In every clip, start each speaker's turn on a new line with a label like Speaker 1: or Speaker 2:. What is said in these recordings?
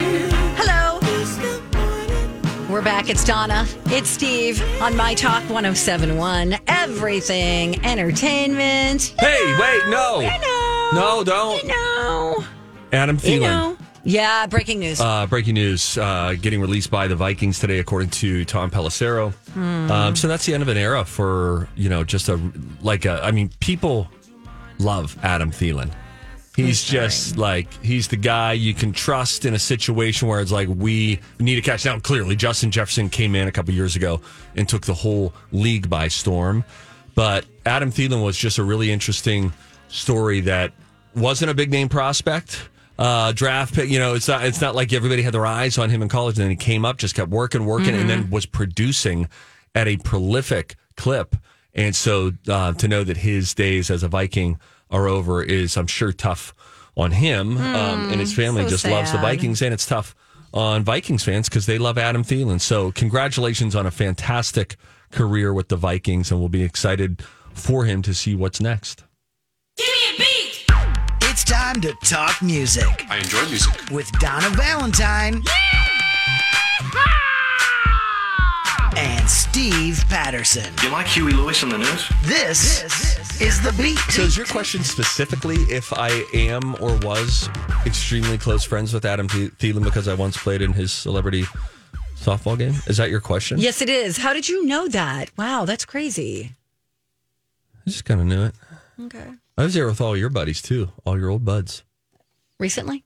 Speaker 1: Hello. We're back. It's Donna. It's Steve on My Talk 1071. Everything entertainment.
Speaker 2: Hey, wait, no.
Speaker 1: You know.
Speaker 2: No, don't.
Speaker 1: You know.
Speaker 2: Adam Thielen.
Speaker 1: You know. Yeah, breaking news.
Speaker 2: Uh, breaking news uh, getting released by the Vikings today, according to Tom Pelissero. Um, so that's the end of an era for, you know, just a, like a, I mean, people love Adam Thielen. He's just like, he's the guy you can trust in a situation where it's like, we need a catch. Now, clearly, Justin Jefferson came in a couple years ago and took the whole league by storm. But Adam Thielen was just a really interesting story that wasn't a big name prospect uh, draft pick. You know, it's not it's not like everybody had their eyes on him in college. And then he came up, just kept working, working, and
Speaker 1: Mm-hmm.
Speaker 2: then was producing at a prolific clip. And so uh, to know that his days as a Viking are over is, I'm sure, tough on him um, and his family.
Speaker 1: Hmm, so
Speaker 2: just loves the
Speaker 1: sad.
Speaker 2: Vikings, and it's tough on Vikings fans because they love Adam Thielen. So congratulations on a fantastic career with the Vikings, and we'll be excited for him to see what's next.
Speaker 3: It's time to talk music. I enjoy music. With Donna Valentine. And Steve Patterson.
Speaker 4: You like Huey Lewis on the news?
Speaker 3: This, is the beat.
Speaker 2: So is your question specifically if I am or was extremely close friends with Adam Thie- Thielen because I once played in his celebrity softball game? Is that your question?
Speaker 1: yes, it is. How did you know that? Wow, that's crazy.
Speaker 2: I just kind of knew it.
Speaker 1: Okay.
Speaker 2: I was there with all your buddies too, all your old buds.
Speaker 1: Recently?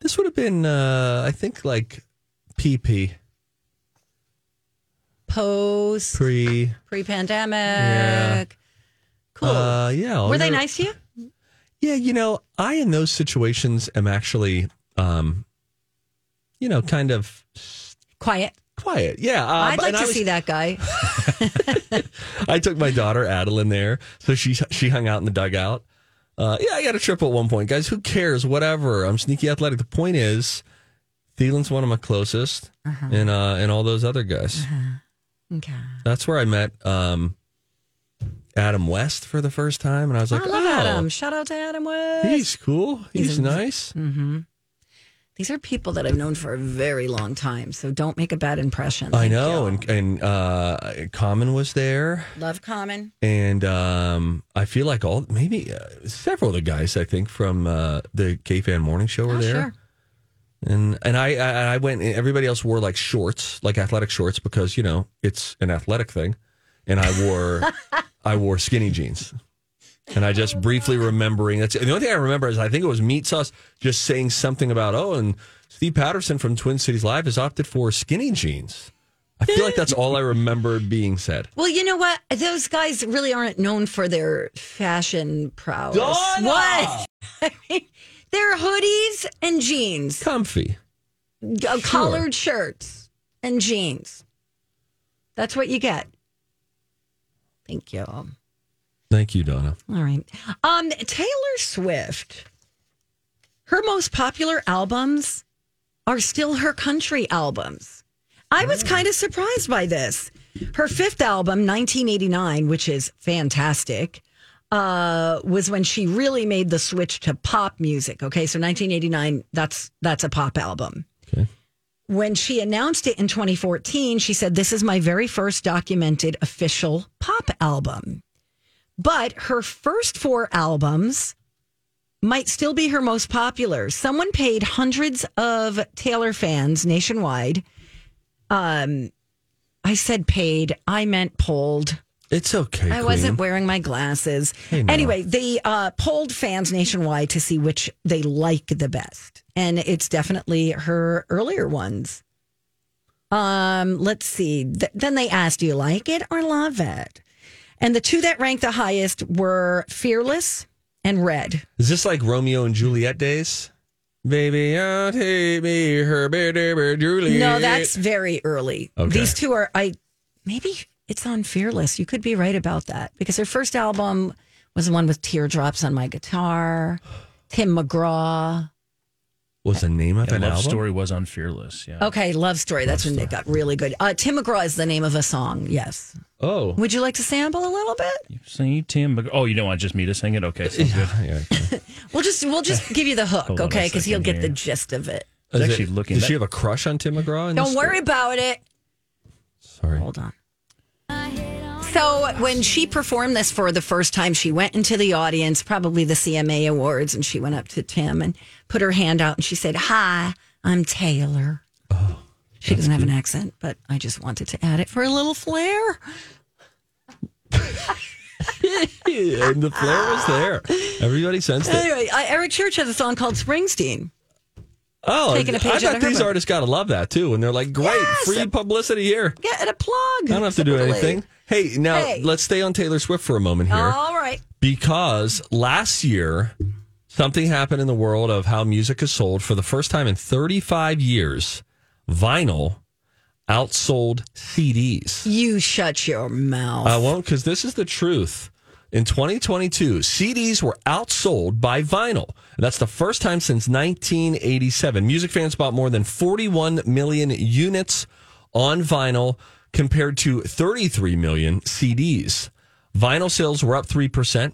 Speaker 2: This would have been, uh, I think, like PP
Speaker 1: Post,
Speaker 2: pre.
Speaker 1: pre pandemic. Cool.
Speaker 2: Uh, yeah, all
Speaker 1: Were they
Speaker 2: your-
Speaker 1: nice to you?
Speaker 2: Yeah, you know, I in those situations am actually, um, you know, kind of
Speaker 1: Quiet.
Speaker 2: quiet. Yeah, uh,
Speaker 1: I'd
Speaker 2: but-
Speaker 1: like
Speaker 2: and
Speaker 1: to
Speaker 2: I was-
Speaker 1: see that guy.
Speaker 2: I took my daughter Adeline there, so she she hung out in the dugout. Uh, yeah, I got a trip at one point, guys. Who cares? Whatever. I'm sneaky athletic. The point is, Thielen's one of my closest,
Speaker 1: Uh-huh.
Speaker 2: and uh, and all those other guys.
Speaker 1: Okay.
Speaker 2: That's where I met um, Adam West for the first time, and I was like,
Speaker 1: I love
Speaker 2: oh,
Speaker 1: Adam. Shout out to Adam West.
Speaker 2: he's cool. He's,
Speaker 1: He's Mm-hmm. a-
Speaker 2: nice.
Speaker 1: These are people that I've known for a very long time, so don't make a bad impression.
Speaker 2: I
Speaker 1: Thank
Speaker 2: know.
Speaker 1: you.
Speaker 2: And and uh, Common was there.
Speaker 1: Love Common.
Speaker 2: and um, I feel like all maybe uh, several of the guys I think from uh, the K Fan Morning Show were
Speaker 1: Oh,
Speaker 2: there,
Speaker 1: sure.
Speaker 2: and and I, I I went. And everybody else wore like shorts, like athletic shorts, because you know it's an athletic thing, and I wore I wore skinny jeans. And I just briefly remembering that's the only thing I remember is I think it was Meat Sauce just saying something about oh and Steve Patterson from Twin Cities Live has opted for skinny jeans. I feel like that's all I remember being said.
Speaker 1: Well, you know what? Those guys really aren't known for their fashion prowess.
Speaker 2: Donna!
Speaker 1: What? They're hoodies and jeans,
Speaker 2: Comfy.
Speaker 1: uh, collared shirts and jeans. That's what you get. Thank you. All
Speaker 2: Thank you, Donna.
Speaker 1: right. Um, Taylor Swift. Her most popular albums are still her country albums. I was kind of surprised by this. Her fifth album, 1989, which is fantastic, uh, was when she really made the switch to pop music. Okay, so 1989, that's that's a pop album.
Speaker 2: Okay.
Speaker 1: When she announced it in 2014, she said, "This is my very first documented official pop album." But her first four albums might still be her most popular. Someone paid hundreds of Taylor fans nationwide. Um, I said paid. I meant polled.
Speaker 2: It's okay.
Speaker 1: I wasn't wearing my glasses. Anyway, they uh, polled fans nationwide to see which they like the best, and it's definitely her earlier ones. Um, let's see. Th- then they asked, "Do you like it or love it?" And the two that ranked the highest were "Fearless" and "Red."
Speaker 2: Is this like Romeo and Juliet days? Baby, I'll take me her baby Juliet.
Speaker 1: No, that's very early.
Speaker 2: Okay.
Speaker 1: These two are. I maybe it's on "Fearless." You could be right about that because her first album was the one with "Teardrops on My Guitar," Tim McGraw.
Speaker 2: what's the name of
Speaker 4: The
Speaker 2: an
Speaker 4: love
Speaker 2: album?
Speaker 4: story was on Fearless. Yeah.
Speaker 1: Okay, love story. That's when they got really good. Uh, Tim McGraw is the name of a song. Yes.
Speaker 2: Oh,
Speaker 1: Would you like to sample a little bit?
Speaker 4: Sing Tim. Mc- Oh, you don't want just me to sing it? Okay. sounds good.
Speaker 2: yeah. okay.
Speaker 1: We'll just we'll just give you the hook,
Speaker 4: Hold on a
Speaker 1: okay? Because
Speaker 4: second
Speaker 1: you'll get the
Speaker 4: here.
Speaker 1: gist of it.
Speaker 4: I was
Speaker 2: Is
Speaker 4: actually looking.
Speaker 2: Does
Speaker 4: That-
Speaker 2: she have a crush on Tim McGraw? in
Speaker 1: Don't
Speaker 2: this
Speaker 1: worry about it.
Speaker 2: story? Sorry.
Speaker 1: Hold on. So when she performed this for the first time, she went into the audience, probably the CMA Awards, and she went up to Tim and put her hand out and she said, "Hi, I'm Taylor." Oh, she doesn't have an accent, but I just wanted to add it for a little flair.
Speaker 2: and the flair was there. Everybody sensed it.
Speaker 1: Anyway, I, Eric Church has a song called Springsteen.
Speaker 2: Oh,
Speaker 1: taking a page
Speaker 2: I
Speaker 1: out
Speaker 2: thought
Speaker 1: of her
Speaker 2: these
Speaker 1: book.
Speaker 2: artists got to love that too. And they're like, great, free publicity here.
Speaker 1: Get it a plug.
Speaker 2: I don't have to do anything. Hey, now
Speaker 1: Hey. Oh.
Speaker 2: let's stay on Taylor Swift for a moment here
Speaker 1: All right.
Speaker 2: because last year something happened in the world of how music is sold for the first time in 35 years. Vinyl outsold CDs.
Speaker 1: You shut your mouth.
Speaker 2: I won't because Uh, this is the truth. In 2022, CDs were outsold by vinyl. And that's the first time since 1987. Music fans bought more than 41 million units on vinyl compared to 33 million CDs. Vinyl sales were up 3%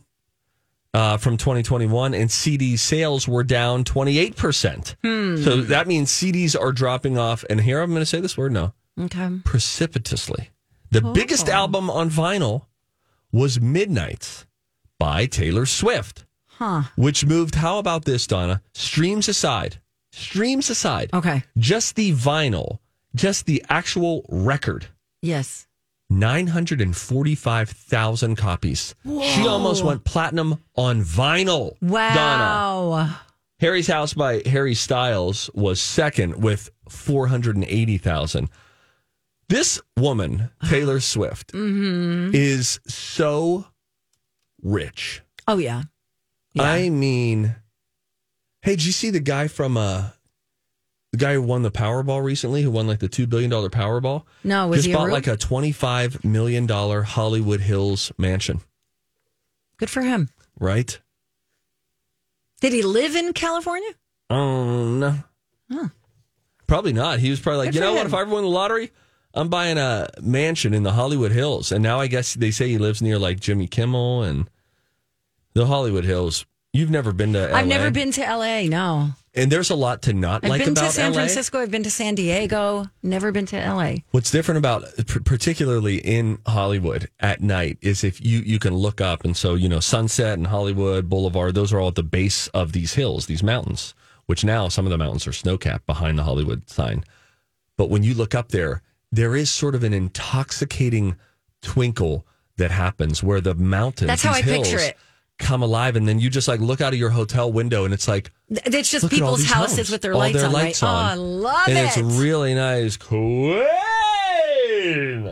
Speaker 2: uh, from 2021, and CD sales were down 28%. So that means CDs are dropping off. And here I'm going to say this word now
Speaker 1: okay.
Speaker 2: precipitously. The biggest album on vinyl was Midnight's by Taylor Swift,
Speaker 1: Huh.
Speaker 2: which moved, how about this, Donna? Streams aside, streams aside,
Speaker 1: Okay.
Speaker 2: just the vinyl, just the actual record.
Speaker 1: Yes.
Speaker 2: 945,000 copies. She almost went platinum on vinyl. Donna.
Speaker 1: Wow.
Speaker 2: Harry's House by Harry Styles was second with 480,000. This woman, Taylor Swift,
Speaker 1: Mm-hmm.
Speaker 2: is so rich.
Speaker 1: Oh yeah. Yeah.
Speaker 2: I mean, hey, did you see the guy from uh the guy who won the Powerball recently, who won like the two billion dollar Powerball?
Speaker 1: No, Oh, was
Speaker 2: just
Speaker 1: he a
Speaker 2: bought
Speaker 1: rube?
Speaker 2: like a twenty five million dollar Hollywood Hills mansion,
Speaker 1: Good for him.
Speaker 2: right?
Speaker 1: Did he live in California? Oh,
Speaker 2: Um, no. Probably not. He was probably like,
Speaker 1: Good
Speaker 2: you
Speaker 1: for
Speaker 2: know what?
Speaker 1: him.
Speaker 2: If I ever win the lottery, I'm buying a mansion in the Hollywood Hills. And now I guess they say he lives near like Jimmy Kimmel and the Hollywood Hills. You've never been to.
Speaker 1: I've
Speaker 2: LA.
Speaker 1: never been to LA. No.
Speaker 2: And there's a lot to not
Speaker 1: I've
Speaker 2: like
Speaker 1: been
Speaker 2: about
Speaker 1: to San
Speaker 2: LA.
Speaker 1: Francisco. I've been to San Diego. Never been to LA.
Speaker 2: What's different about, p- particularly in Hollywood at night, is if you you can look up, and so you know Sunset and Hollywood Boulevard, those are all at the base of these hills, these mountains. Which now some of the mountains are snow capped behind the Hollywood sign, but when you look up there, there is sort of an intoxicating twinkle that happens where the mountains,
Speaker 1: That's how
Speaker 2: these
Speaker 1: I picture
Speaker 2: hills,
Speaker 1: it.
Speaker 2: come alive, and then you just like look out of your hotel window, and it's like
Speaker 1: Th- It's just
Speaker 2: Look at all
Speaker 1: people's
Speaker 2: these
Speaker 1: houses
Speaker 2: homes.
Speaker 1: with their
Speaker 2: All
Speaker 1: lights on.
Speaker 2: lights
Speaker 1: right?
Speaker 2: on.
Speaker 1: Oh, I love
Speaker 2: and
Speaker 1: it.
Speaker 2: it's really nice. Queen.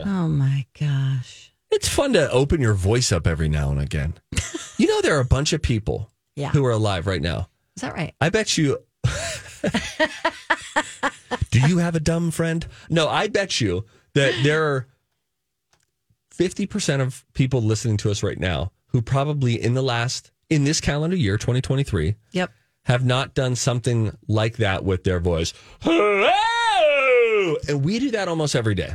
Speaker 1: oh my gosh.
Speaker 2: It's fun to open your voice up every now and again. you know, there are a bunch of people
Speaker 1: Yeah.
Speaker 2: who are alive right now.
Speaker 1: Is that right?
Speaker 2: I bet you. Do you have a dumb friend? No, I bet you that there are 50% of people listening to us right now who probably in the last, in this calendar year, 2023,
Speaker 1: Yep.
Speaker 2: have not done something like that with their voice. Hello! And we do that almost every day.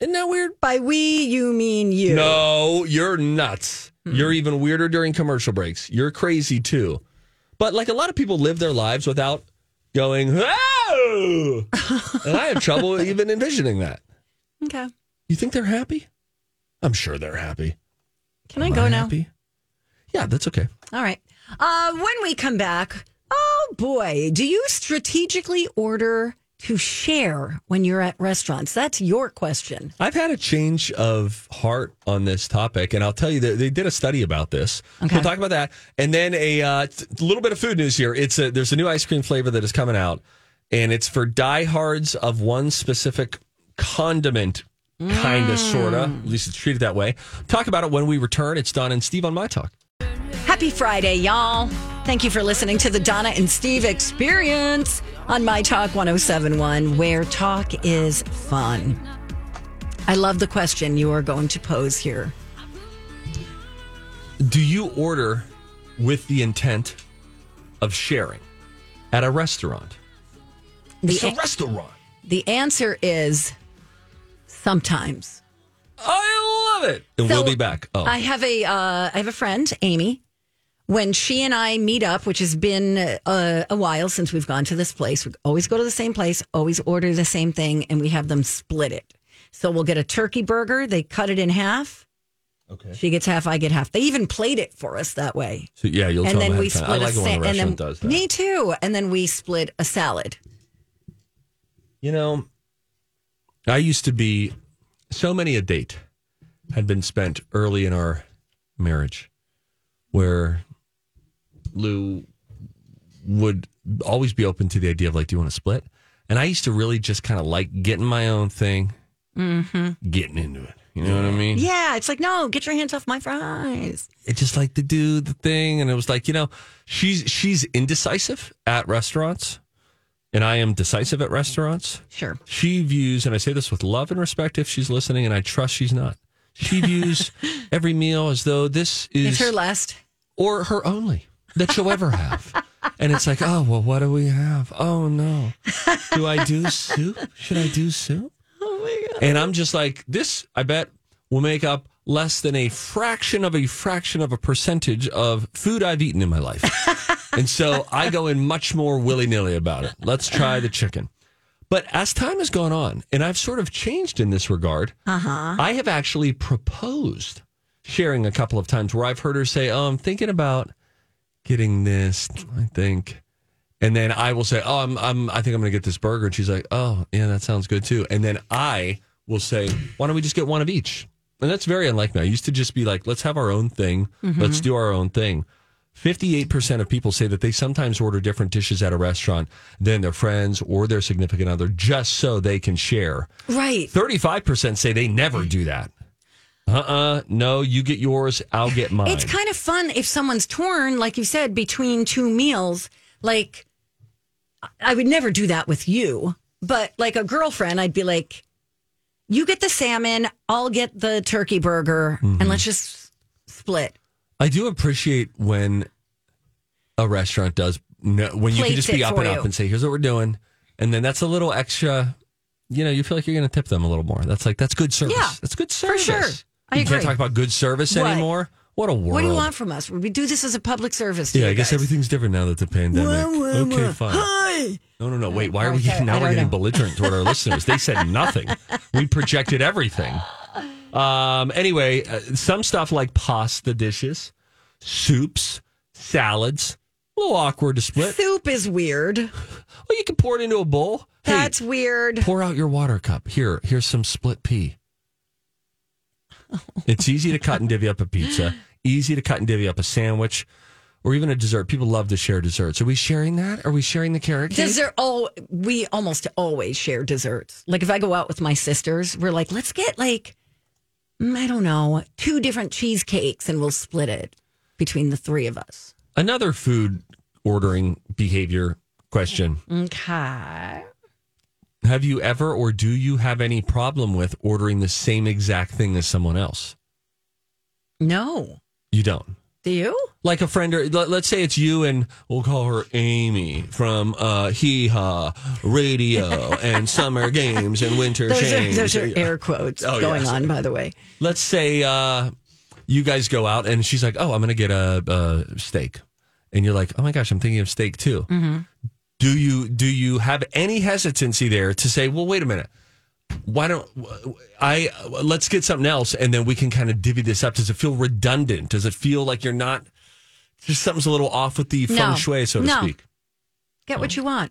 Speaker 2: Isn't that weird?
Speaker 1: By we, you mean you.
Speaker 2: No, you're nuts.
Speaker 1: Hmm.
Speaker 2: You're even weirder during commercial breaks. You're crazy too. But like a lot of people live their lives without going, oh! and I have trouble even envisioning that.
Speaker 1: Okay.
Speaker 2: You think they're happy? I'm sure they're happy.
Speaker 1: Can I go now?
Speaker 2: Happy? Yeah, that's okay.
Speaker 1: All right. Uh, when we come back, oh boy, do you strategically order to share when you're at restaurants? That's your question.
Speaker 2: I've had a change of heart on this topic, and I'll tell you that they did a study about this. We'll talk about that, and then a uh, t- little bit of food news here. It's a, there's a new ice cream flavor that is coming out, and it's for diehards of one specific condiment, kind of, sorta. At least it's treated that way. Talk about it when we return. It's Don and Steve on my talk.
Speaker 1: Happy Friday, y'all. Thank you for listening to the Donna and Steve experience on My Talk 1071, where talk is fun. I love the question you are going to pose here.
Speaker 2: Do you order with the intent of sharing at a restaurant? It's a
Speaker 1: The,
Speaker 2: restaurant.
Speaker 1: the answer is sometimes.
Speaker 2: I love it. And
Speaker 1: So,
Speaker 2: we'll be back. Oh,
Speaker 1: I have a uh, I have a friend, Amy. When she and I meet up, which has been uh, a while since we've gone to this place, we always go to the same place, always order the same thing, and we have them split it. So we'll get a turkey burger. They cut it in half.
Speaker 2: Okay.
Speaker 1: She gets half, I get half. They even plate it for us that way.
Speaker 2: so, yeah, you'll tell
Speaker 1: and then
Speaker 2: me
Speaker 1: we
Speaker 2: ahead of
Speaker 1: split
Speaker 2: time. I
Speaker 1: a
Speaker 2: like it when
Speaker 1: sa-
Speaker 2: the
Speaker 1: and
Speaker 2: restaurant
Speaker 1: then
Speaker 2: does that.
Speaker 1: me too. And then we split a salad.
Speaker 2: You know, I used to be so many a date had been spent early in our marriage where Lou would always be open to the idea of like, do you want to split? And I used to really just kind of like getting my own thing, getting into it. You know what I mean?
Speaker 1: Mm-hmm. Yeah, it's like no, get your hands off my fries.
Speaker 2: it just like to do the thing and it was like you know she's she's indecisive at restaurants and i am decisive at restaurants
Speaker 1: Sure.
Speaker 2: she views and i say this with love and respect if she's listening and i trust she's not she views every meal as though this
Speaker 1: It's
Speaker 2: is
Speaker 1: her last.
Speaker 2: or her only that she'll ever have and it's like oh well what do we have oh no do i do soup should i do soup
Speaker 1: Oh my god.
Speaker 2: and I'm just like, this, I bet, will make up less than a fraction of a fraction of a percentage of food I've eaten in my life. and so I go in much more willy nilly about it. Let's try the chicken. But as time has gone on, and I've sort of changed in this regard,
Speaker 1: Uh-huh.
Speaker 2: I have actually proposed sharing a couple of times where I've heard her say, Oh, I'm thinking about getting this, I think. And then I will say, "Oh, I'm, I'm I think I'm going to get this burger," and she's like, "Oh, yeah, that sounds good too." And then I will say, "Why don't we just get one of each?" And that's very unlike me. I used to just be like, "Let's have our own thing. Let's do our own thing." Fifty-eight percent of people say that they sometimes order different dishes at a restaurant than their friends or their significant other, just so they can share.
Speaker 1: Right.
Speaker 2: Thirty-five percent say they never do that. Uh-uh. No, you get yours. I'll get mine.
Speaker 1: It's kind of fun if someone's torn, like you said, between two meals. Like, I would never do that with you, but like a girlfriend, I'd be like, you get the salmon, I'll get the turkey burger,
Speaker 2: Mm-hmm.
Speaker 1: and let's just split.
Speaker 2: I do appreciate when a restaurant does no, when you can
Speaker 1: Plates
Speaker 2: just be
Speaker 1: it
Speaker 2: up
Speaker 1: for
Speaker 2: and up
Speaker 1: you.
Speaker 2: and say, "Here's what we're doing," and then that's a little extra. You know, you feel like you're going to tip them a little more. That's like that's good service.
Speaker 1: Yeah,
Speaker 2: that's good
Speaker 1: for
Speaker 2: service.
Speaker 1: sure. I
Speaker 2: you
Speaker 1: agree.
Speaker 2: can't talk about good service
Speaker 1: What?
Speaker 2: anymore. What a world.
Speaker 1: What do you want from us? We do this as a public service. To
Speaker 2: Yeah,
Speaker 1: you
Speaker 2: I guess
Speaker 1: guys.
Speaker 2: everything's different now that the pandemic.
Speaker 1: Whoa, whoa,
Speaker 2: okay,
Speaker 1: whoa.
Speaker 2: fine.
Speaker 1: Hi.
Speaker 2: No, no, no. Wait, why
Speaker 1: All
Speaker 2: are
Speaker 1: right,
Speaker 2: we
Speaker 1: sorry. Oh, I
Speaker 2: now
Speaker 1: don't
Speaker 2: we're getting
Speaker 1: know.
Speaker 2: belligerent toward our listeners? They said nothing. We projected everything. Um, anyway, uh, some stuff like pasta dishes, soups, salads, a little awkward to split.
Speaker 1: Soup is weird.
Speaker 2: Well, you can pour it into a bowl. Hey,
Speaker 1: That's weird.
Speaker 2: pour out your water cup. Here, here's some split pea. It's easy to cut and divvy up a pizza. Easy to cut and divvy up a sandwich, or even a dessert. People love to share desserts. Are we sharing that? Are we sharing the carrot cake?
Speaker 1: Dessert. Oh, we almost always share desserts. Like if I go out with my sisters, we're like, let's get like, mm, I don't know, two different cheesecakes, and we'll split it between the three of us.
Speaker 2: another food ordering behavior question
Speaker 1: Okay.
Speaker 2: have you ever or do you have any problem with ordering the same exact thing as someone else
Speaker 1: No.
Speaker 2: you don't
Speaker 1: Do you?
Speaker 2: like a friend or let, let's say it's you and we'll call her amy from uh hee haw radio and summer games and winter
Speaker 1: Those are,
Speaker 2: change
Speaker 1: those are air quotes
Speaker 2: Oh,
Speaker 1: going
Speaker 2: yes.
Speaker 1: on, by the way.
Speaker 2: let's say uh, you guys go out and she's like, "Oh, I'm gonna get a, a steak," and you're like, "Oh my gosh, I'm thinking of steak too."
Speaker 1: Mm-hmm.
Speaker 2: Do you do you have any hesitancy there to say, "Well, wait a minute, why don't I let's get something else and then we can kind of divvy this up"? Does it feel redundant? Does it feel like you're not Just something's a little off with the feng
Speaker 1: No.
Speaker 2: shui, so to
Speaker 1: No.
Speaker 2: speak.
Speaker 1: Get what you want.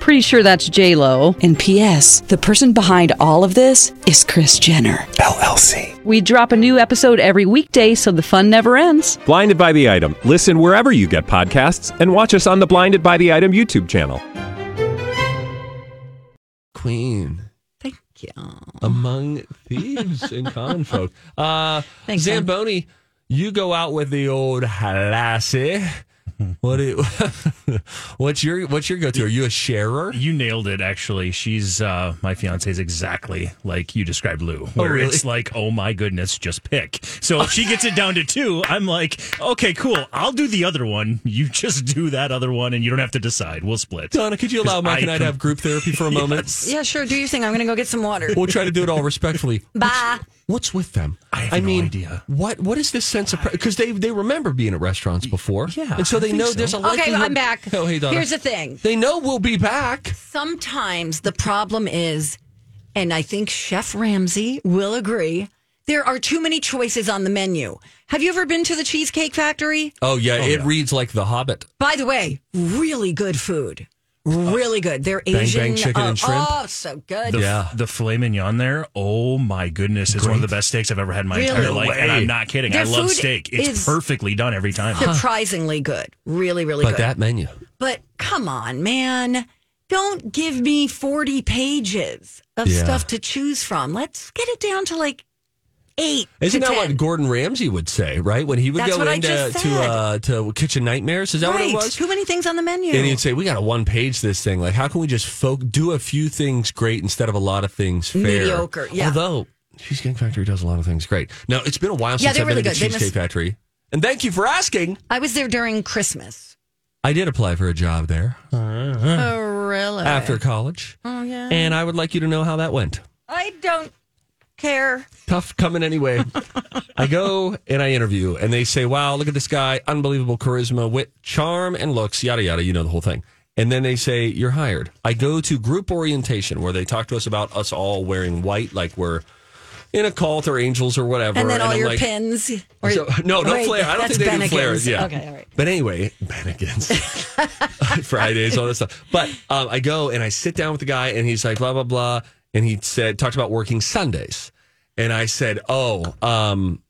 Speaker 5: Pretty sure that's J Lo. And P.S. The person behind all of this is Chris Jenner.
Speaker 6: LLC.
Speaker 5: We drop a new episode every weekday, so the fun never ends.
Speaker 6: Blinded by the item. Listen wherever you get podcasts, and watch us on the Blinded by the Item YouTube channel.
Speaker 2: queen
Speaker 1: Thank you.
Speaker 2: among thieves and common folk. Uh,
Speaker 1: Thanks, Sam.
Speaker 2: Zamboni, you go out with the old lassie. What do you, what's your what's your go to? Are you a sharer?
Speaker 4: You nailed it, actually. She's uh, my fiance's exactly like you described Lou, where
Speaker 2: really?
Speaker 4: it's like, oh my goodness, just pick. So if she gets it down to two, I'm like, okay, cool. I'll do the other one. You just do that other one, and you don't have to decide. We'll split.
Speaker 2: Donna, could you allow Mike
Speaker 4: I
Speaker 2: and I to
Speaker 4: com-
Speaker 2: have group therapy for a moment?
Speaker 1: Yeah, sure. Do your thing. I'm going to go get some water.
Speaker 2: We'll try to do it all respectfully.
Speaker 1: Bye.
Speaker 2: What's with them?
Speaker 4: I have no
Speaker 2: mean,
Speaker 4: idea.
Speaker 2: What what is this sense of because they they remember being at restaurants before,
Speaker 4: yeah,
Speaker 2: and so they
Speaker 4: I think
Speaker 2: know
Speaker 4: so.
Speaker 2: there's a
Speaker 1: Okay,
Speaker 2: likelihood-
Speaker 1: I'm back.
Speaker 2: Oh, hey, Donna.
Speaker 1: Here's the thing.
Speaker 2: They know we'll be back.
Speaker 1: Sometimes the problem is, and I think Chef Ramsay will agree, there are too many choices on the menu. Have you ever been to the Cheesecake Factory?
Speaker 2: Oh yeah, it reads like The Hobbit.
Speaker 1: By the way, really good food. Really good. They're
Speaker 2: bang,
Speaker 1: Asian.
Speaker 2: chicken and shrimp.
Speaker 1: Oh, so good.
Speaker 4: The,
Speaker 2: Yeah.
Speaker 4: the filet mignon there, oh my goodness, it's one of the best steaks I've ever had in my
Speaker 1: Really?
Speaker 4: entire
Speaker 1: No
Speaker 4: life. And
Speaker 2: way.
Speaker 4: I'm not kidding.
Speaker 1: Their
Speaker 4: I love
Speaker 1: food
Speaker 4: steak. It's
Speaker 1: is-
Speaker 4: perfectly done every time.
Speaker 1: Surprisingly good. Really, really
Speaker 2: But
Speaker 1: good.
Speaker 2: that menu.
Speaker 1: but come on, man. Don't give me 40 pages of
Speaker 2: Yeah.
Speaker 1: stuff to choose from. Let's get it down to like eight.
Speaker 2: Isn't
Speaker 1: to
Speaker 2: that
Speaker 1: 10.
Speaker 2: what Gordon Ramsay would say, right? When he would
Speaker 1: That's
Speaker 2: go
Speaker 1: what I
Speaker 2: into
Speaker 1: just
Speaker 2: to
Speaker 1: said.
Speaker 2: uh, to Kitchen Nightmares, is that what
Speaker 1: right.
Speaker 2: it was?
Speaker 1: Too many things on the menu.
Speaker 2: And he'd say, "We got a one page this thing. Like, how can we just folk do a few things great instead of a lot of things fair?
Speaker 1: Mediocre, yeah.
Speaker 2: Although Cheesecake Factory does a lot of things great. Now it's been a while
Speaker 1: Yeah,
Speaker 2: since
Speaker 1: they're
Speaker 2: I've
Speaker 1: really
Speaker 2: been to
Speaker 1: good. They must-
Speaker 2: Cheesecake Factory, and thank you for asking.
Speaker 1: I was there during Christmas.
Speaker 2: I did apply for a job there
Speaker 1: Oh, really?
Speaker 2: after college,
Speaker 1: Oh, yeah.
Speaker 2: and I would like you to know how that went.
Speaker 1: I don't care.
Speaker 2: tough coming anyway. I go and I interview, and they say, "Wow, look at this guy! Unbelievable charisma, wit, charm, and looks. Yada yada. You know the whole thing." And then they say, "You're hired." I go to group orientation where they talk to us about us all wearing white, like we're in a cult or angels or whatever.
Speaker 1: And then all
Speaker 2: I'm
Speaker 1: your
Speaker 2: like-
Speaker 1: pins. Or,
Speaker 2: So- no, no
Speaker 1: Wait,
Speaker 2: flare. I don't
Speaker 1: that's
Speaker 2: think they do
Speaker 1: Bennigan's.
Speaker 2: flares. Yeah.
Speaker 1: Okay, all right.
Speaker 2: But anyway, mannequins, Fridays, all this stuff. But um, I go and I sit down with the guy, and he's like, blah blah blah, and he said talked about working Sundays, and I said, oh, um,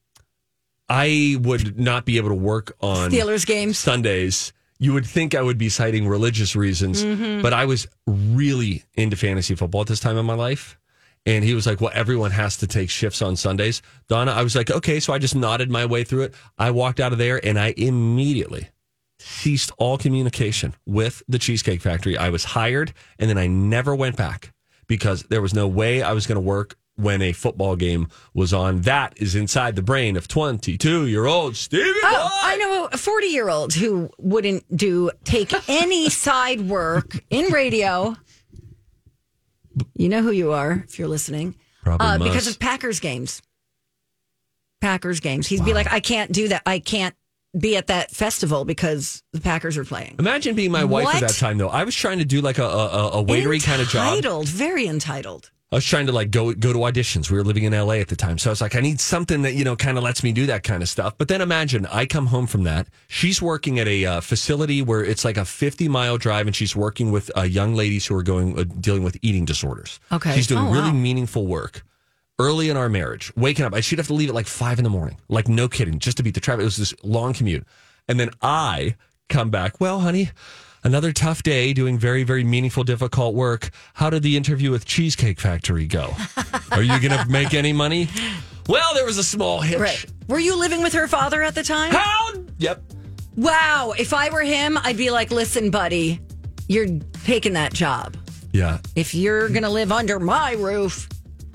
Speaker 2: I would not be able to work on
Speaker 1: Steelers games.
Speaker 2: Sundays. You would think I would be citing religious reasons,
Speaker 1: Mm-hmm.
Speaker 2: but I was really into fantasy football at this time in my life. And he was like, Well, everyone has to take shifts on Sundays. Donna, I was like, Okay. So I just nodded my way through it. I walked out of there and I immediately ceased all communication with the Cheesecake Factory. I was hired and then I never went back because there was no way I was going to work when a football game was on. That is inside the brain of 22 year old Stevie.
Speaker 1: Oh,
Speaker 2: Boy.
Speaker 1: I know a 40 year old who wouldn't do take any side work in radio. You know who you are if you're listening.
Speaker 2: Probably
Speaker 1: uh, because
Speaker 2: must.
Speaker 1: of Packers games. Packers games. He'd be like, I can't do that. I can't be at that festival because the Packers are playing.
Speaker 2: Imagine being my wife at
Speaker 1: What?
Speaker 2: that time, though. I was trying to do like a a, a- a waitery kind of job.
Speaker 1: Entitled, very entitled.
Speaker 2: I was trying to like go go to auditions. We were living in L.A. at the time, so I was like, I need something that you know kind of lets me do that kind of stuff. But then imagine I come home from that. She's working at a uh, facility where it's like a fifty mile drive, and she's working with uh, young ladies who are going uh, dealing with eating disorders.
Speaker 1: Okay.
Speaker 2: she's doing
Speaker 1: Oh,
Speaker 2: really
Speaker 1: wow.
Speaker 2: meaningful work. Early in our marriage, waking up, I she'd have to leave at like five in the morning. Like no kidding, just to beat the traffic. It was this long commute, and then I come back. Well, honey. Another tough day doing very, very meaningful, difficult work. How did the interview with Cheesecake Factory go? Are you going to make any money? Well, there was a small hitch.
Speaker 1: Right. Were you living with her father at the time?
Speaker 2: How? Yep.
Speaker 1: Wow. If I were him, I'd be like, listen, buddy, you're taking that job.
Speaker 2: Yeah.
Speaker 1: If you're going to live under my roof,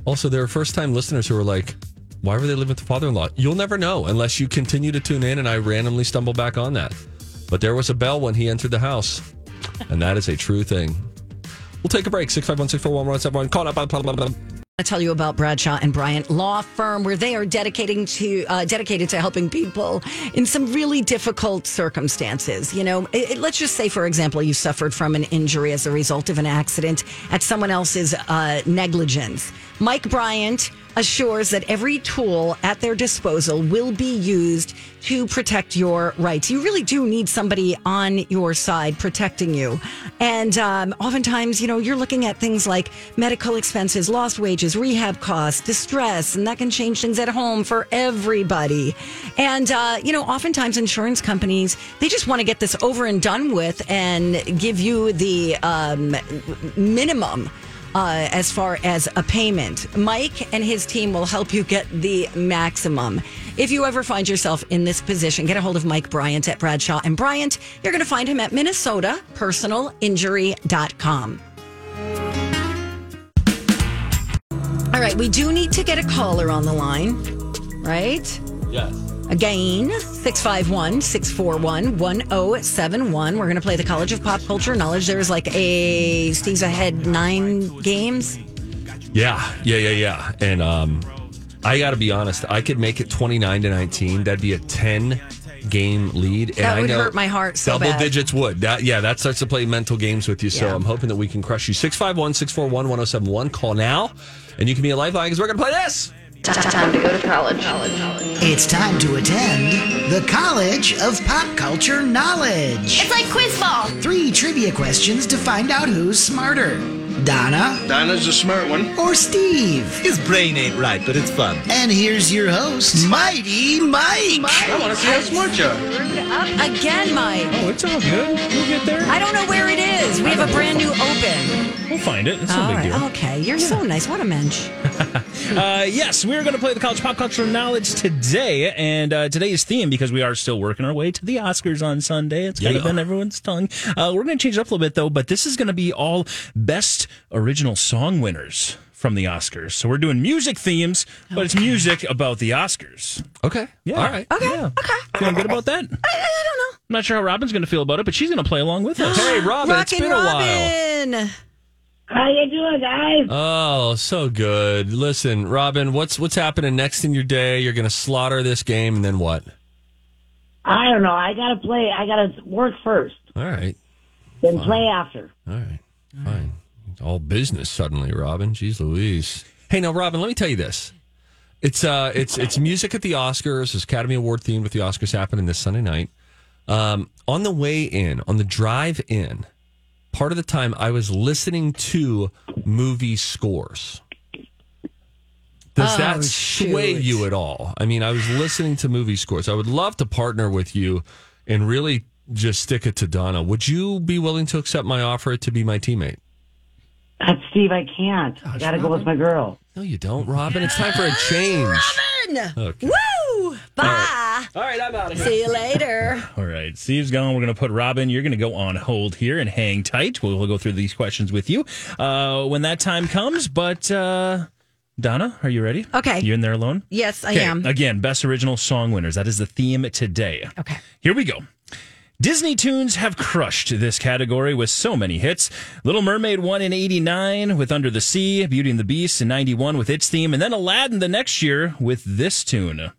Speaker 2: Also, there are first time listeners who are like, why were they living with the father in law? You'll never know unless you continue to tune in and I randomly stumble back on that. But there was a bell when he entered the house, and that is a true thing. We'll take a break. 651 641 Call up. Blah, blah, blah, blah.
Speaker 1: I tell you about Bradshaw and Bryant Law Firm, where they are dedicating to uh, dedicated to helping people in some really difficult circumstances. You know, it, it- let's just say, for example, you suffered from an injury as a result of an accident at someone else's uh, negligence. Mike Bryant assures that every tool at their disposal will be used to protect your rights. You really do need somebody on your side protecting you. And um, oftentimes, you know, you're looking at things like medical expenses, lost wages, rehab costs, distress, and that can change things at home for everybody. And, uh, you know, oftentimes insurance companies, they just want to get this over and done with and give you the um, minimum uh, as far as a payment. Mike and his team will help you get the maximum. If you ever find yourself in this position, get a hold of Mike Bryant at Bradshaw and Bryant. You're going to find him at minnesotapersonalinjury.com. All right, we do need to get a caller on the line, right?
Speaker 2: Yes.
Speaker 1: Again, 651 641 1071. We're going to play the College of Pop Culture Knowledge. There's like a Steve's ahead nine games.
Speaker 2: Yeah, yeah, yeah, yeah. And um, I got to be honest, I could make it 29 to 19. That'd be a 10 game lead. And
Speaker 1: That
Speaker 2: I
Speaker 1: would
Speaker 2: know
Speaker 1: hurt my heart so
Speaker 2: double
Speaker 1: bad.
Speaker 2: digits would. That, yeah, that starts to play mental games with you. So
Speaker 1: Yeah.
Speaker 2: I'm hoping that we can crush you. 651 641 1071. Call now, and you can be a lifeline because we're going to play this.
Speaker 3: It's time to attend the College of Pop Culture Knowledge.
Speaker 7: It's like quiz ball.
Speaker 3: Three trivia questions to find out who's smarter Donna
Speaker 8: Donna's a smart one.
Speaker 3: or Steve.
Speaker 8: His brain ain't right, but it's fun.
Speaker 3: And here's your host,
Speaker 8: Mighty Mike. I want to see how smart you are.
Speaker 1: Again, Mike.
Speaker 9: Oh, it's all good. We'll get there.
Speaker 1: I don't know where it is. We have a brand new open.
Speaker 9: We'll find it. It's no
Speaker 1: All
Speaker 9: big
Speaker 1: right.
Speaker 9: deal.
Speaker 1: Okay. You're so nice. What a mensch.
Speaker 9: Uh, yes, we're going to play the College Pop Culture Knowledge today, and uh, today's theme because we are still working our way to the Oscars on Sunday. It's kind
Speaker 2: Yeah.
Speaker 9: of been everyone's tongue. Uh, we're going to change it up a little bit though, but this is going to be all best original song winners from the Oscars. So we're doing music themes, but it's music about the Oscars.
Speaker 2: Okay.
Speaker 9: Yeah.
Speaker 2: All right.
Speaker 1: Oh,
Speaker 9: Okay. Okay. Feeling good about that? I, I don't know. I'm not sure how Robin's going to feel about it, but she's going to play along with us.
Speaker 2: Hey, Robin, it's
Speaker 1: Rockin'
Speaker 2: been a while.
Speaker 1: Robin.
Speaker 7: How you doing, guys?
Speaker 2: Oh, so good. Listen, Robin, what's what's happening next in your day? You're going to slaughter this game, and then what?
Speaker 7: I don't know. I gotta play. I gotta work first,
Speaker 2: All right.
Speaker 7: then play after.
Speaker 2: All right. Fine. All business suddenly, Robin. Jeez Louise. Hey now, Robin, let me tell you this. It's uh it's it's music at the Oscars, it's Academy Award themed with the Oscars happening this Sunday night. Um on the way in, on the drive in, part of the time I was listening to movie scores. Does
Speaker 1: Oh,
Speaker 2: that sway
Speaker 1: shoot.
Speaker 2: you at all? I mean, I was listening to movie scores. I would love to partner with you and really just stick it to Donna. Would you be willing to accept my offer to be my teammate?
Speaker 7: God, Steve, I can't. I gotta go with my girl.
Speaker 2: No, you don't, Robin. It's time for a change. Okay.
Speaker 1: Woo! Bye.
Speaker 2: All right, I'm out of
Speaker 1: See you later.
Speaker 9: All right, Steve's gone. We're going to put Robin. You're going to go on hold here and hang tight. We'll, we'll go through these questions with you uh, when that time comes. But uh, Donna, are you ready?
Speaker 1: Okay.
Speaker 9: You're in there alone?
Speaker 1: Yes, I
Speaker 9: Okay,
Speaker 1: am.
Speaker 9: Again, best original song winners. That is the theme today.
Speaker 1: Okay.
Speaker 9: Here we go. Disney tunes have crushed this category with so many hits. Little Mermaid won in 89 with Under the Sea, Beauty and the Beast in 91 with its theme, and then Aladdin the next year with this tune.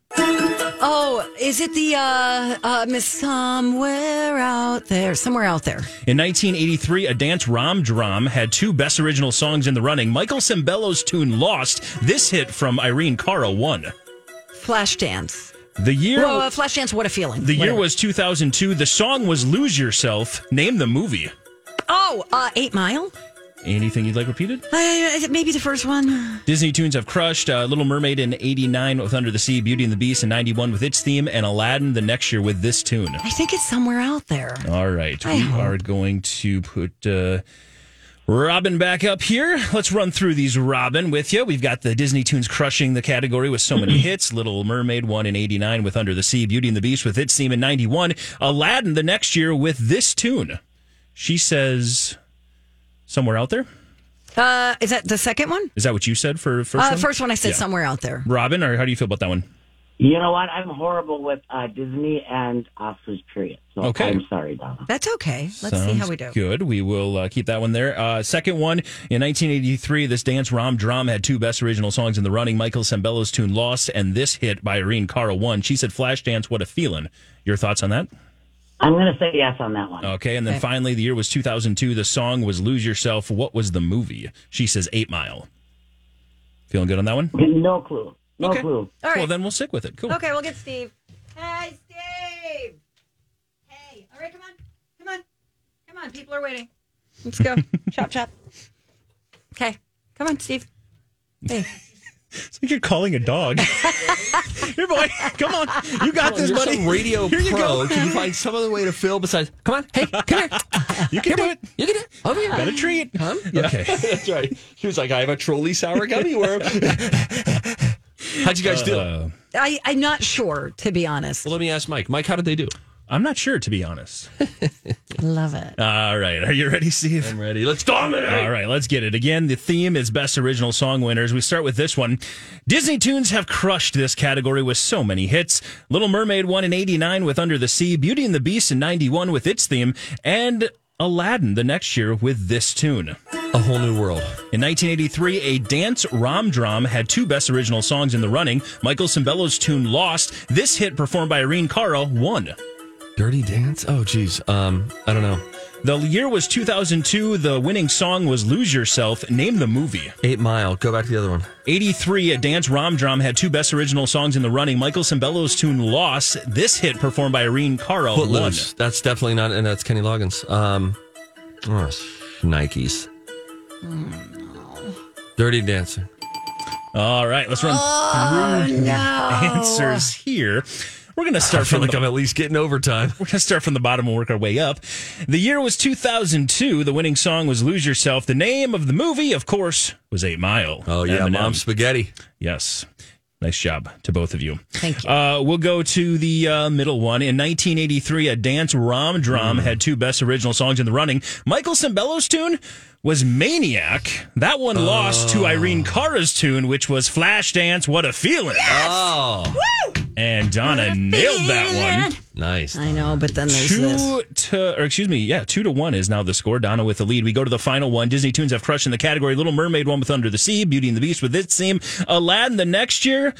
Speaker 1: Oh, is it the uh uh Miss Somewhere Out There? Somewhere out there.
Speaker 9: In 1983, a dance rom drum had two best original songs in the running. Michael Cimbello's tune Lost, this hit from Irene Cara won.
Speaker 1: Flash dance.
Speaker 9: The year
Speaker 1: Whoa, uh, flash dance, what a feeling.
Speaker 9: the year
Speaker 1: Whatever.
Speaker 9: was 2002. The song was Lose Yourself. Name the movie.
Speaker 1: Oh, uh Eight Mile?
Speaker 9: Anything you'd like repeated?
Speaker 1: Uh, maybe the first one.
Speaker 9: Disney tunes have crushed uh, Little Mermaid in 89 with Under the Sea, Beauty and the Beast in 91 with its theme, and Aladdin the next year with this tune.
Speaker 1: I think it's somewhere out there.
Speaker 9: All right.
Speaker 1: I
Speaker 9: We
Speaker 1: hope.
Speaker 9: are going to put uh,
Speaker 4: Robin back up here. Let's run through these Robin with you. We've got the Disney Tunes crushing the category with so many hits. Little Mermaid won in 89 with Under the Sea, Beauty and the Beast with its theme in 91, Aladdin the next year with this tune. She says somewhere out there.
Speaker 1: Uh, is that the second one?
Speaker 4: Is that what you said for first
Speaker 1: Uh,
Speaker 4: one?
Speaker 1: first one I said
Speaker 4: Yeah.
Speaker 1: somewhere out there.
Speaker 4: Robin, or how do you feel about that one?
Speaker 5: You know what? I'm horrible with uh, Disney and offers, period. So
Speaker 4: Okay.
Speaker 5: I'm sorry, Donna.
Speaker 1: That's okay. Let's see how
Speaker 4: Sounds
Speaker 1: we do.
Speaker 4: Good. We will uh, keep that one there. Uh, second one in 1983, this dance rom drum had two best original songs in the running. Michael Sambello's tune "Lost" and this hit by Irene Cara won. She said, "Flashdance, what a feeling." Your thoughts on that?
Speaker 5: I'm going to say yes on that one.
Speaker 4: Okay. And then
Speaker 5: Okay.
Speaker 4: finally, the year was 2002. The song was "Lose Yourself." What was the movie? She says, Eight Mile." Feeling good on that one?
Speaker 5: No clue. No
Speaker 4: Okay.
Speaker 5: clue.
Speaker 1: All right.
Speaker 4: Well, then we'll stick with it. Cool.
Speaker 1: Okay, we'll get Steve. Hey, Steve. Hey. All right, come on. Come on. Come on. People are waiting. Let's go. chop, chop. Okay. Come on, Steve. Hey.
Speaker 4: It's like you're calling a dog. Here, boy. Come on. You got this,
Speaker 9: You're
Speaker 4: buddy.
Speaker 9: some radio
Speaker 4: Here you
Speaker 9: pro.
Speaker 4: go.
Speaker 9: Can you find some other way to fill besides? Come on, hey, come here.
Speaker 4: You can do it.
Speaker 9: You can do it. Over here.
Speaker 4: Got a treat.
Speaker 9: Come. Okay, that's right. He was like, I have a trolley sour gummy worm. How'd you guys do?
Speaker 4: Uh-huh. Uh,
Speaker 1: I, I'm not sure, to be honest.
Speaker 9: Well, let me ask Mike. Mike, how did they do?
Speaker 4: I'm not sure, to be honest. Uh,
Speaker 1: Love it.
Speaker 4: All right. Are you ready, Steve?
Speaker 9: I'm ready. Let's dominate.
Speaker 4: All right, let's get it. Again, the theme is best original song winners. We start with this one. Disney tunes have crushed this category with so many hits. Little Mermaid won in 89 with Under the Sea, Beauty and the Beast in 91 with its theme, and Aladdin the next year with this tune.
Speaker 9: A whole new world.
Speaker 4: In 1983, a dance rom drum had two best original songs in the running. Michael Cimbello's tune Lost, this hit performed by Irene Cara, won.
Speaker 9: Dirty dance. Oh, geez. Um, I don't know.
Speaker 4: The year was 2002. The winning song was Lose Yourself. Name the movie.
Speaker 9: Eight Mile. Go back to the other one.
Speaker 4: 83, a dance rom drum had two best original songs in the running. Michael Cimbello's tune Lost. This hit performed by Irene
Speaker 9: Oh,
Speaker 4: Cara won.
Speaker 9: Footloose. That's definitely not, and that's Kenny Loggins. Um, oh, s- Nikes. Dirty Dancer.
Speaker 4: All right, let's run through the answers here. We're going to
Speaker 9: I
Speaker 4: start
Speaker 9: feel
Speaker 4: from
Speaker 9: like
Speaker 4: the
Speaker 9: I'm at least getting overtime.
Speaker 4: We're going to start from the bottom and work our way up. The year was 2002. The winning song was Lose Yourself. The name of the movie, of course, was 8 Mile.
Speaker 9: Oh yeah,
Speaker 4: Eminem.
Speaker 9: mom spaghetti.
Speaker 4: Yes. Nice job to both of you.
Speaker 1: Thank you.
Speaker 4: Uh, we'll go to the uh, middle one. In 1983, a dance rom drum
Speaker 1: Hmm.
Speaker 4: had two best original songs in the running. Michael Cimbello's tune was Maniac. That one lost
Speaker 1: Oh.
Speaker 4: to Irene Cara's tune, which was Flashdance. What a feeling!
Speaker 9: Oh,
Speaker 4: And Donna nailed that one.
Speaker 9: nice.
Speaker 1: I know, but then there's this.
Speaker 4: Two to, or excuse me, yeah, two to one is now the score. Donna with the lead. We go to the final one. Disney tunes have crushed in the category. Little Mermaid one with Under the Sea, Beauty and the Beast with its theme, Aladdin the next year,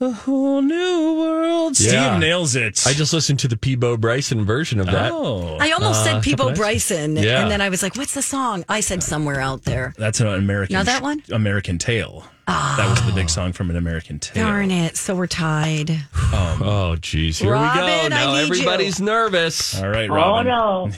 Speaker 4: a whole new world.
Speaker 9: Yeah.
Speaker 4: Steve nails it.
Speaker 9: I just listened to the Peebo Bryson version of that.
Speaker 4: oh,
Speaker 1: I almost said People Bryson,
Speaker 9: Yeah.
Speaker 1: and then I was like, what's the song? I
Speaker 4: Uh,
Speaker 1: said somewhere out there.
Speaker 4: that's an American.
Speaker 1: Now that one? Ah.
Speaker 4: American Tale. That was the big song from an American Tale.
Speaker 1: Darn it. So we're tied.
Speaker 9: Oh, geez. Here we go.
Speaker 1: Robin, I
Speaker 9: Now
Speaker 1: need you.
Speaker 9: everybody's nervous.
Speaker 4: All right,
Speaker 5: Oh,
Speaker 4: Robin.
Speaker 5: no.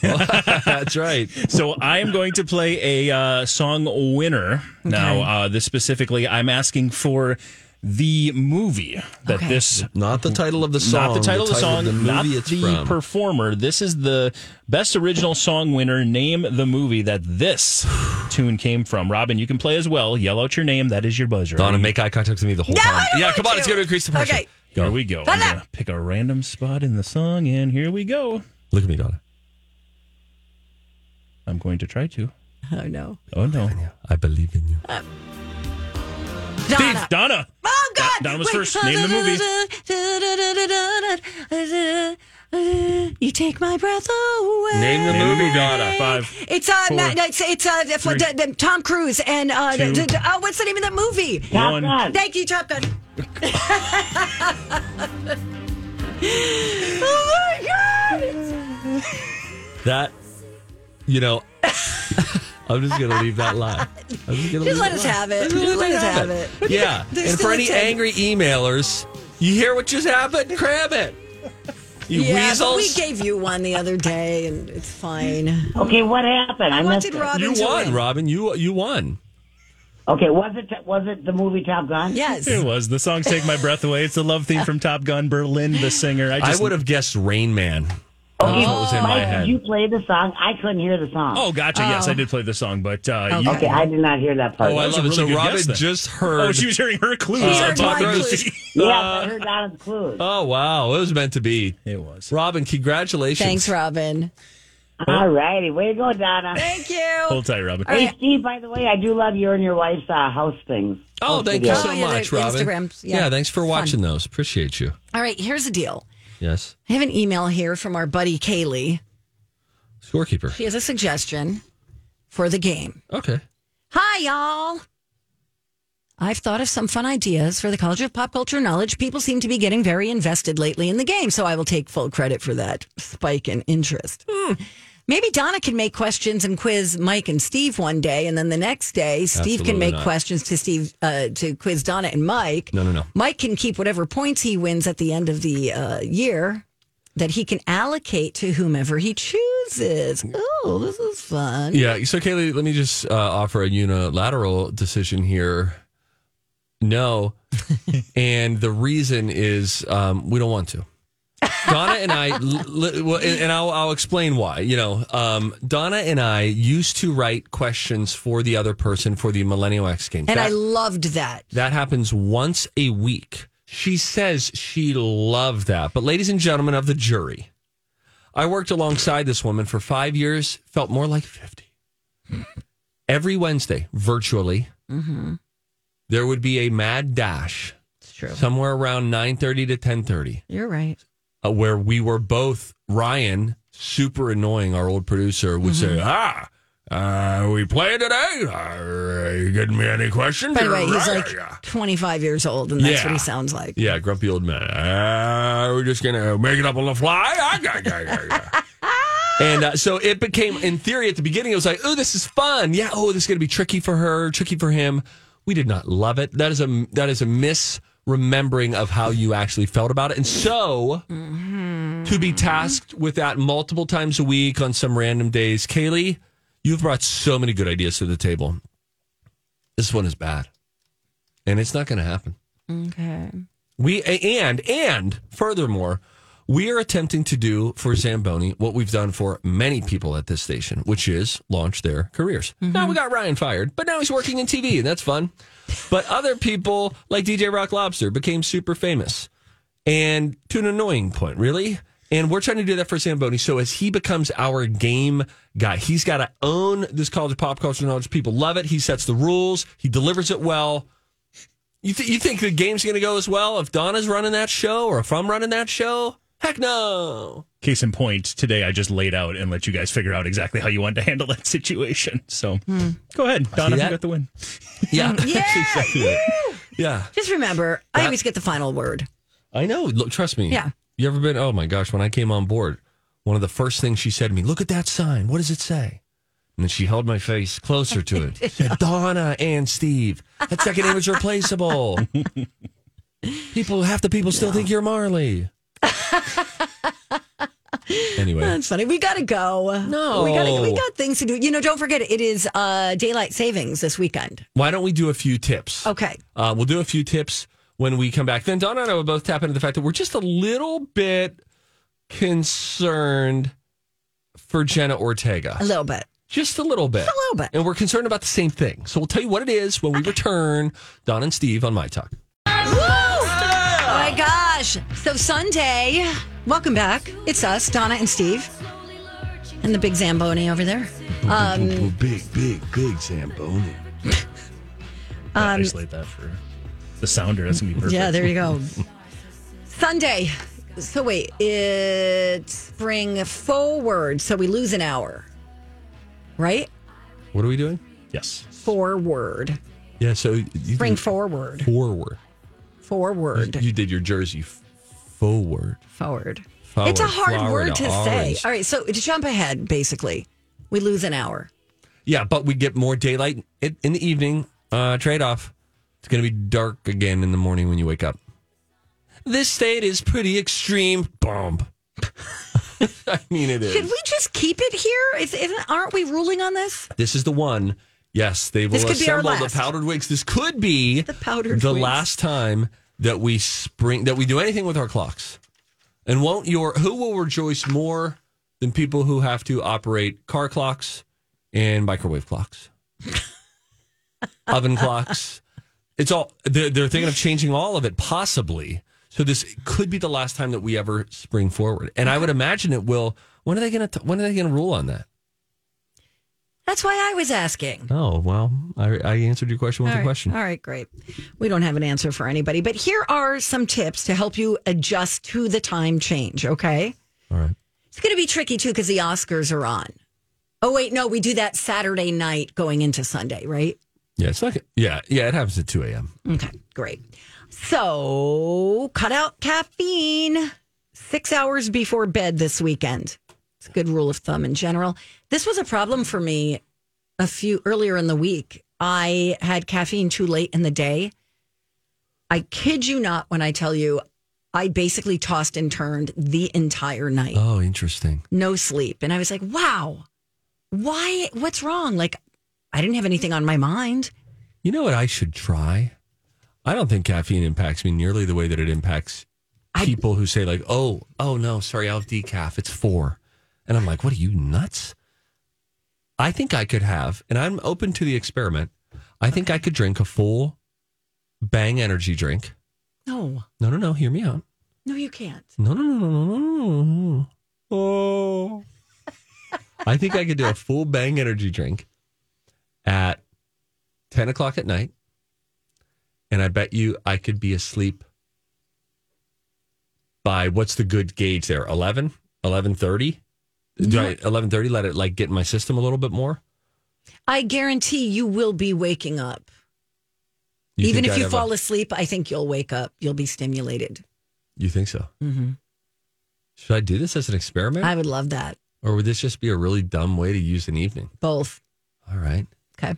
Speaker 9: That's right.
Speaker 4: So I am going to play a uh, song winner now. Uh, this specifically, I'm asking for the movie that
Speaker 1: Okay.
Speaker 4: this
Speaker 9: Not the title of the song.
Speaker 4: not the title of the song,
Speaker 9: the movie
Speaker 4: not
Speaker 9: it's
Speaker 4: the
Speaker 9: from.
Speaker 4: performer. This is the best original song winner. Name the movie that this tune came from. Robin, you can play as well. Yell out your name. That is your buzzer.
Speaker 9: Donna, make eye contact with me the whole
Speaker 1: No,
Speaker 9: time.
Speaker 1: I don't
Speaker 9: yeah,
Speaker 1: want
Speaker 9: come on.
Speaker 1: to.
Speaker 9: It's going to increase the pressure.
Speaker 1: Okay.
Speaker 4: Here we go. I'm
Speaker 1: Hold up.
Speaker 4: gonna pick a random spot in the song, and here we go.
Speaker 9: Look at me, Donna.
Speaker 4: I'm going to try to.
Speaker 1: Oh, no.
Speaker 4: Oh no,
Speaker 9: I believe in you.
Speaker 4: Steve,
Speaker 1: Donna.
Speaker 4: Donna.
Speaker 1: Oh, God.
Speaker 4: Don- Donna was first. Name the movie.
Speaker 1: movie. You take my breath away.
Speaker 9: Name the movie, Donna.
Speaker 4: Five.
Speaker 1: It's uh,
Speaker 4: Four.
Speaker 1: no, no, it's it's uh, the-
Speaker 4: Three.
Speaker 1: the, the, Tom Cruise and uh, the,
Speaker 4: Two.
Speaker 1: the, uh, what's the name of that movie?
Speaker 5: Top
Speaker 4: One.
Speaker 5: Gun.
Speaker 1: Thank you, Top Gun. oh my God!
Speaker 9: That, you know, I'm just going to leave that live. I'm just going to
Speaker 1: Just let us have it. Just let us have it.
Speaker 9: Yeah.
Speaker 1: There's
Speaker 9: and
Speaker 1: still
Speaker 9: for
Speaker 1: a
Speaker 9: any
Speaker 1: ten.
Speaker 9: angry emailers, you hear what just happened? Grab it. You
Speaker 1: Yeah, but
Speaker 9: weasels.
Speaker 1: we gave you one the other day, and it's fine.
Speaker 5: Okay, what happened? I
Speaker 1: What
Speaker 5: missed
Speaker 1: did
Speaker 5: it.
Speaker 1: Robin
Speaker 9: you
Speaker 1: to
Speaker 9: won,
Speaker 1: win?
Speaker 9: Robin. You you won.
Speaker 5: Okay, was it was it the movie Top Gun?
Speaker 1: Yes.
Speaker 4: It was the song's "Take My Breath Away." It's the love theme from Top Gun. Berlin, the singer. I,
Speaker 9: I
Speaker 4: just
Speaker 9: would have guessed Rain Man. That's what was in my
Speaker 5: Mike, did you
Speaker 9: head.
Speaker 5: play the song? I couldn't hear the song.
Speaker 4: Oh, gotcha. Yes, I did play the song, but uh, you-
Speaker 5: Okay, I did not hear that part.
Speaker 4: Oh, I love it. So Robin just heard. Oh, she was hearing her clues.
Speaker 9: Uh,
Speaker 4: on Bob
Speaker 9: Bob
Speaker 4: Ross.
Speaker 9: Ross.
Speaker 5: Yes,
Speaker 9: Uh,
Speaker 5: I heard Don's clues.
Speaker 9: oh wow, it was meant to be.
Speaker 4: It was.
Speaker 9: Robin, congratulations.
Speaker 1: Thanks, Robin.
Speaker 5: All righty, way to go, Donna.
Speaker 1: Thank you.
Speaker 9: Hold tight, Robin.
Speaker 5: Hey, Steve. By the way, I do love your and your wife's uh, house things.
Speaker 9: Oh, thank you
Speaker 5: videos.
Speaker 9: so much,
Speaker 1: they're
Speaker 9: Robin.
Speaker 1: Instagrams. Yeah.
Speaker 9: thanks for watching those. Appreciate you.
Speaker 1: All right, here's the deal.
Speaker 9: Yes.
Speaker 1: I have an email here from our buddy Kaylee.
Speaker 9: Scorekeeper.
Speaker 1: She has a suggestion for the game.
Speaker 9: Okay.
Speaker 1: Hi, y'all. I've thought of some fun ideas for the College of Pop Culture Knowledge. People seem to be getting very invested lately in the game, so I will take full credit for that spike in interest. Hmm. Maybe Donna can make questions and quiz Mike and Steve one day, and then the next day, Steve can
Speaker 9: Absolutely
Speaker 1: make
Speaker 9: not.
Speaker 1: questions to Steve uh, to quiz Donna and Mike.
Speaker 9: No, no, no.
Speaker 1: Mike can keep whatever points he wins at the end of the uh, year that he can allocate to whomever he chooses.
Speaker 9: Mm.
Speaker 1: Oh, this is fun.
Speaker 9: Yeah. So, Kaylee, let me just uh, offer a unilateral decision here. No. and the reason is um, we don't want to. Donna and I, l- l- well, and, and I'll, I'll explain why. You know, um, Donna and I used to write questions for the other person for the Millennial X Games.
Speaker 1: And
Speaker 9: That-
Speaker 1: I loved that.
Speaker 9: That happens once a week. She says she loved that. But, ladies and gentlemen of the jury, I worked alongside this woman for five years, felt more like 50. Every Wednesday, virtually,
Speaker 1: Mm-hmm.
Speaker 9: there would be a mad dash
Speaker 1: It's true.
Speaker 9: somewhere around 9.30 to 10.30
Speaker 1: You're right.
Speaker 9: uh, where we were both Ryan, super annoying, our old producer, would say,
Speaker 1: Mm-hmm.
Speaker 9: "Ah, uh, we playing today? Are you getting me any questions?"
Speaker 1: By the way, he's
Speaker 9: Rah,
Speaker 1: like
Speaker 9: rah, rah."
Speaker 1: 25 years old, and that's
Speaker 9: Yeah.
Speaker 1: what he sounds like.
Speaker 9: "Yeah, grumpy old man. Uh, we're just gonna make it up on the fly." Ah, gah, gah, gah, gah. And uh, so it became, in theory, at the beginning, it was like, "Oh, this is fun. Yeah. Oh, this is gonna be tricky for her, tricky for him." We did not love it. That is a that is a misremembering of how you actually felt about it, and so. to be tasked with that multiple times a week on some random days. Kaylee, you've brought so many good ideas to the table. This one is bad, and it's not going to happen.
Speaker 1: Okay.
Speaker 9: We and and furthermore, we are attempting to do for Zamboni what we've done for many people at this station, which is launch their careers. Now we got Ryan fired, but now he's working in TV, and that's fun. But other people like DJ Rock Lobster became super famous, and to an annoying point, really. And we're trying to do that for Zamboni. So as he becomes our game guy, he's got to own this college of pop culture knowledge. People love it. He sets the rules. He delivers it well. You, th- you think the game's going to go as well if Donna's running that show or if I'm running that show? Heck no.
Speaker 4: Case in point, today I just laid out and let you guys figure out exactly how you want to handle that situation. So go ahead, Donna, you
Speaker 9: that?
Speaker 4: got the win.
Speaker 9: Yeah.
Speaker 1: Yeah.
Speaker 9: yeah.
Speaker 1: Just remember, I always get the final word.
Speaker 9: I know. Look, trust me.
Speaker 1: Yeah.
Speaker 9: You ever been? Oh my gosh. When I came on board, one of the first things she said to me, look at that sign. What does it say? And then she held my face closer to it. said, Donna and Steve. That second name is replaceable. people, half the people still think you're Marley. anyway.
Speaker 1: That's funny. We gotta go.
Speaker 9: No.
Speaker 1: we gotta. We got things to do. You know, don't forget it is uh, daylight savings this weekend.
Speaker 9: Why don't we do a few tips?
Speaker 1: Okay.
Speaker 9: Uh, we'll do a few tips when we come back. Then Donna and I will both tap into the fact that we're just a little bit concerned for Jenna Ortega.
Speaker 1: A little bit.
Speaker 9: Just a little bit.
Speaker 1: A little bit.
Speaker 9: And we're concerned about the same thing. So we'll tell you what it is when we return, Donna and Steve on My Talk. Ah!
Speaker 1: Oh my gosh. So Sunday, welcome back. It's us, Donna and Steve, and the big Zamboni over there. Um,
Speaker 9: big, big, big Zamboni.
Speaker 1: um,
Speaker 4: Isolate that for the sounder. That's gonna be perfect.
Speaker 1: Yeah, there you go. Sunday. So wait, it's spring forward. So we lose an hour, right?
Speaker 9: What are we doing?
Speaker 4: Yes.
Speaker 1: Forward.
Speaker 9: Yeah, so you
Speaker 1: Spring
Speaker 9: did
Speaker 1: forward.
Speaker 9: forward.
Speaker 1: Forward.
Speaker 9: You did your jersey f- forward.
Speaker 1: Forward.
Speaker 9: Forward,
Speaker 1: It's a hard
Speaker 9: Florida,
Speaker 1: word to
Speaker 9: orange.
Speaker 1: say. All right. So to jump ahead, basically, we lose an hour.
Speaker 9: Yeah, but we get more daylight in in the evening. Uh, Trade off. It's going to be dark again in the morning when you wake up. This state is pretty extreme. Bomb. I mean, it
Speaker 1: Should
Speaker 9: is.
Speaker 1: we just keep it here? Is, isn't, aren't we ruling on this?
Speaker 9: This is the one. Yes, they will
Speaker 1: This could be our
Speaker 9: assemble the
Speaker 1: last.
Speaker 9: powdered wigs. This could be the
Speaker 1: powdered
Speaker 9: the
Speaker 1: wigs.
Speaker 9: last time that we spring that we do anything with our clocks. And won't your who will rejoice more than people who have to operate car clocks and microwave clocks, oven clocks. It's all they're, they're thinking of changing all of it possibly. So this could be the last time that we ever spring forward, and I would imagine it will. When are they going to? When are they going to rule on that?
Speaker 1: That's why I was asking.
Speaker 9: Oh well, I, I answered your question with
Speaker 1: All
Speaker 9: a
Speaker 1: right.
Speaker 9: question.
Speaker 1: All right, great. We don't have an answer for anybody, but here are some tips to help you adjust to the time change, okay?
Speaker 9: All right.
Speaker 1: It's going to be tricky too because the Oscars are on. Oh, wait, no, we do that Saturday night going into Sunday, right?
Speaker 9: Yeah, it's like yeah, yeah. It happens at two a.m.
Speaker 1: Okay, great. So cut out caffeine six hours before bed this weekend. It's a good rule of thumb in general. This was a problem for me a few earlier in the week. I had caffeine too late in the day. I kid you not when I tell you, I basically tossed and turned the entire night
Speaker 9: Oh, interesting.
Speaker 1: no sleep. And I was like, wow, why? What's wrong? Like, I didn't have anything on my mind.
Speaker 9: You know what I should try? I don't think caffeine impacts me nearly the way that it impacts people who say like, "Oh, oh no, sorry, I'll have decaf. It's four. and I'm like, "What are you nuts?" I think I could have, and I'm open to the experiment. I think I could drink a full Bang energy drink.
Speaker 1: No,
Speaker 9: No, no, no. Hear me out.
Speaker 1: no, you can't.
Speaker 9: No, no, no, no, no, no, no. Oh. I think I could do a full bang energy drink at 10 o'clock at night. And I bet you I could be asleep by what's the good gauge there? 11, 1130? Do I, 1130, let it like get in my system a little bit more?
Speaker 1: I guarantee you will be waking up.
Speaker 9: You
Speaker 1: Even
Speaker 9: think
Speaker 1: if
Speaker 9: I'd
Speaker 1: you
Speaker 9: have
Speaker 1: fall
Speaker 9: a-
Speaker 1: asleep, I think you'll wake up. You'll be stimulated.
Speaker 9: You think so?
Speaker 1: Mm-hmm.
Speaker 9: Should I do this as an experiment?
Speaker 1: I would love that.
Speaker 9: or would this just be a really dumb way to use an evening?
Speaker 1: Both.
Speaker 9: All right.
Speaker 1: Okay.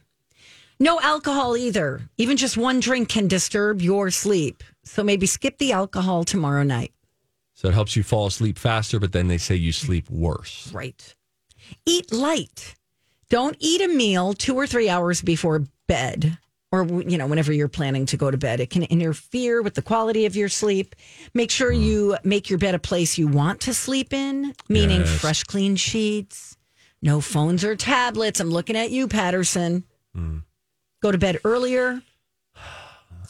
Speaker 1: No alcohol either. Even just one drink can disturb your sleep. So maybe skip the alcohol tomorrow night.
Speaker 9: So it helps you fall asleep faster, but then they say you sleep worse.
Speaker 1: Right. Eat light. Don't eat a meal two or three hours before bed or, you know, whenever you're planning to go to bed. It can interfere with the quality of your sleep. Make sure you make your bed a place you want to sleep in, meaning
Speaker 10: Yes.
Speaker 1: fresh, clean sheets, no phones or tablets. I'm looking at you, Patterson. Go to bed earlier.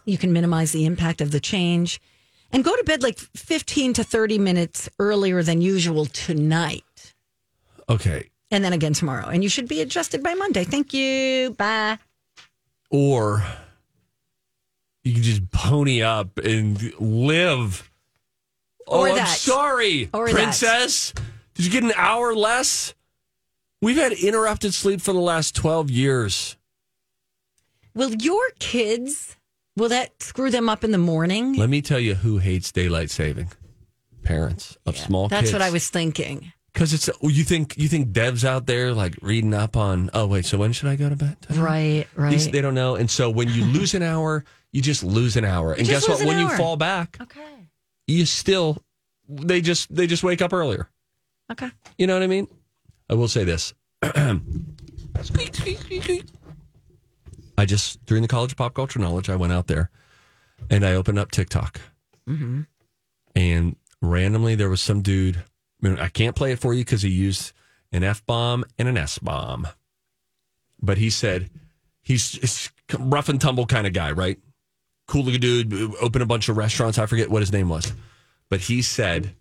Speaker 1: You can minimize the impact of the change and go to bed like 15 to 30 minutes earlier than usual tonight.
Speaker 9: Okay.
Speaker 1: and then again tomorrow. And you should be adjusted by Monday. Thank you. Bye.
Speaker 9: Or you can just pony up and live.
Speaker 1: Or
Speaker 9: oh, I'm
Speaker 1: that.
Speaker 9: sorry,
Speaker 1: Or that.
Speaker 9: princess. Did you get an hour less? We've had interrupted sleep for the last 12 years.
Speaker 1: Will your kids will that screw them up in the morning?
Speaker 9: Let me tell you who hates daylight saving. Parents of small
Speaker 1: That's
Speaker 9: kids.
Speaker 1: what I was thinking.
Speaker 9: Because it's you think you think devs out there like reading up on. Oh wait, so when should I go to bed?
Speaker 1: Right,
Speaker 9: These- They don't know, and so when you lose an hour, you just lose an hour. And
Speaker 1: just
Speaker 9: guess what?
Speaker 1: lose an
Speaker 9: When you
Speaker 1: hour.
Speaker 9: fall back, okay, you still they just they just wake up earlier.
Speaker 1: Okay.
Speaker 9: You know what I mean? I will say this. I just during the College of Pop Culture Knowledge, I went out there and I opened up TikTok,
Speaker 10: Mm-hmm.
Speaker 9: and randomly there was some dude. I, mean, I can't play it for you because he used an f bomb and an s bomb, but he said he's he's a rough and tumble kind of guy, right? Cool looking dude, opened a bunch of restaurants. I forget what his name was, but he said,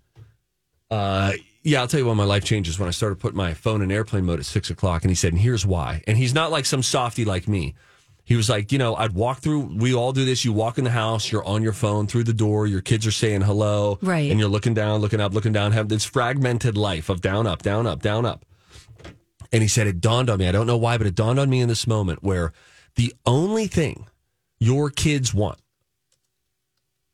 Speaker 9: uh, "Yeah, I'll tell you why my life changes when I started putting my phone in airplane mode at six o'clock." And he said, "And here's why." And he's not like some softy like me. He was like, you know, I'd walk through. We all do this. You walk in the house, you're on your phone through the door. Your kids are saying hello,
Speaker 10: Right.
Speaker 9: And you're looking down, looking up, looking down. Have this fragmented life of down, up, down, up, down, up. And he said, It dawned on me. I don't know why, but it dawned on me in this moment where the only thing your kids want,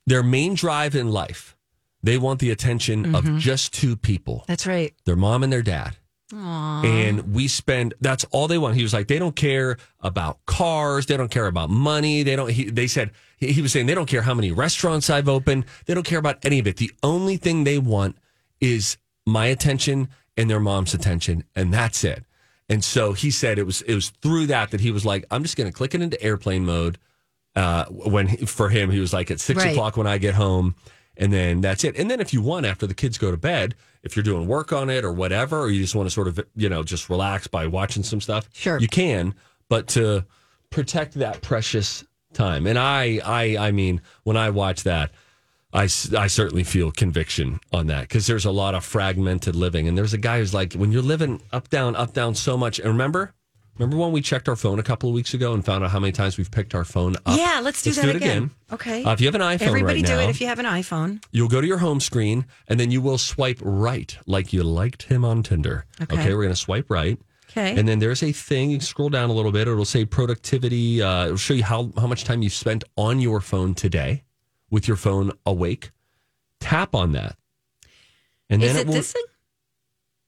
Speaker 9: their main drive in life, they want the attention of just two people
Speaker 1: That's right.
Speaker 9: their mom and their dad.
Speaker 1: Aww.
Speaker 9: And we spend that's all they want. He was like, they don't care about cars, they don't care about money, they don't he, they said he, he was saying they don't care how many restaurants I've opened, they don't care about any of it. The only thing they want is my attention and their mom's attention, and that's it. And so he said it was it was through that that he was like, I'm just going to click it into airplane mode. Uh, when he, for him, he was like at six
Speaker 10: Right.
Speaker 9: o'clock when I get home, and then that's it. And then if you want, after the kids go to bed, if you're doing work on it or whatever, or you just want to sort of, you know, just relax by watching some stuff.
Speaker 1: Sure.
Speaker 9: You can, but to protect that precious time. And I, I, I mean, when I watch that, I, s- I certainly feel conviction on that because there's a lot of fragmented living. And there's a guy who's like, when you're living up, down, up, down so much. And remember, remember when we checked our phone a couple of weeks ago and found out how many times we've picked our phone up?
Speaker 1: yeah, let's do that
Speaker 9: Uh, it
Speaker 1: again. Okay.
Speaker 9: Uh, if you have an iPhone
Speaker 1: everybody
Speaker 9: right
Speaker 1: do
Speaker 9: now,
Speaker 1: it. If you have an iPhone,
Speaker 9: You'll go to your home screen and then you will swipe right like you liked him on Tinder.
Speaker 1: Okay.
Speaker 9: Okay, we're going to swipe right.
Speaker 1: Okay.
Speaker 9: And then there's a thing, you scroll down a little bit, it'll say productivity. Uh, it'll show you how, how much time you spent on your phone today with your phone awake. Tap on that. And
Speaker 1: is
Speaker 9: then
Speaker 1: it
Speaker 9: will.
Speaker 1: this thing?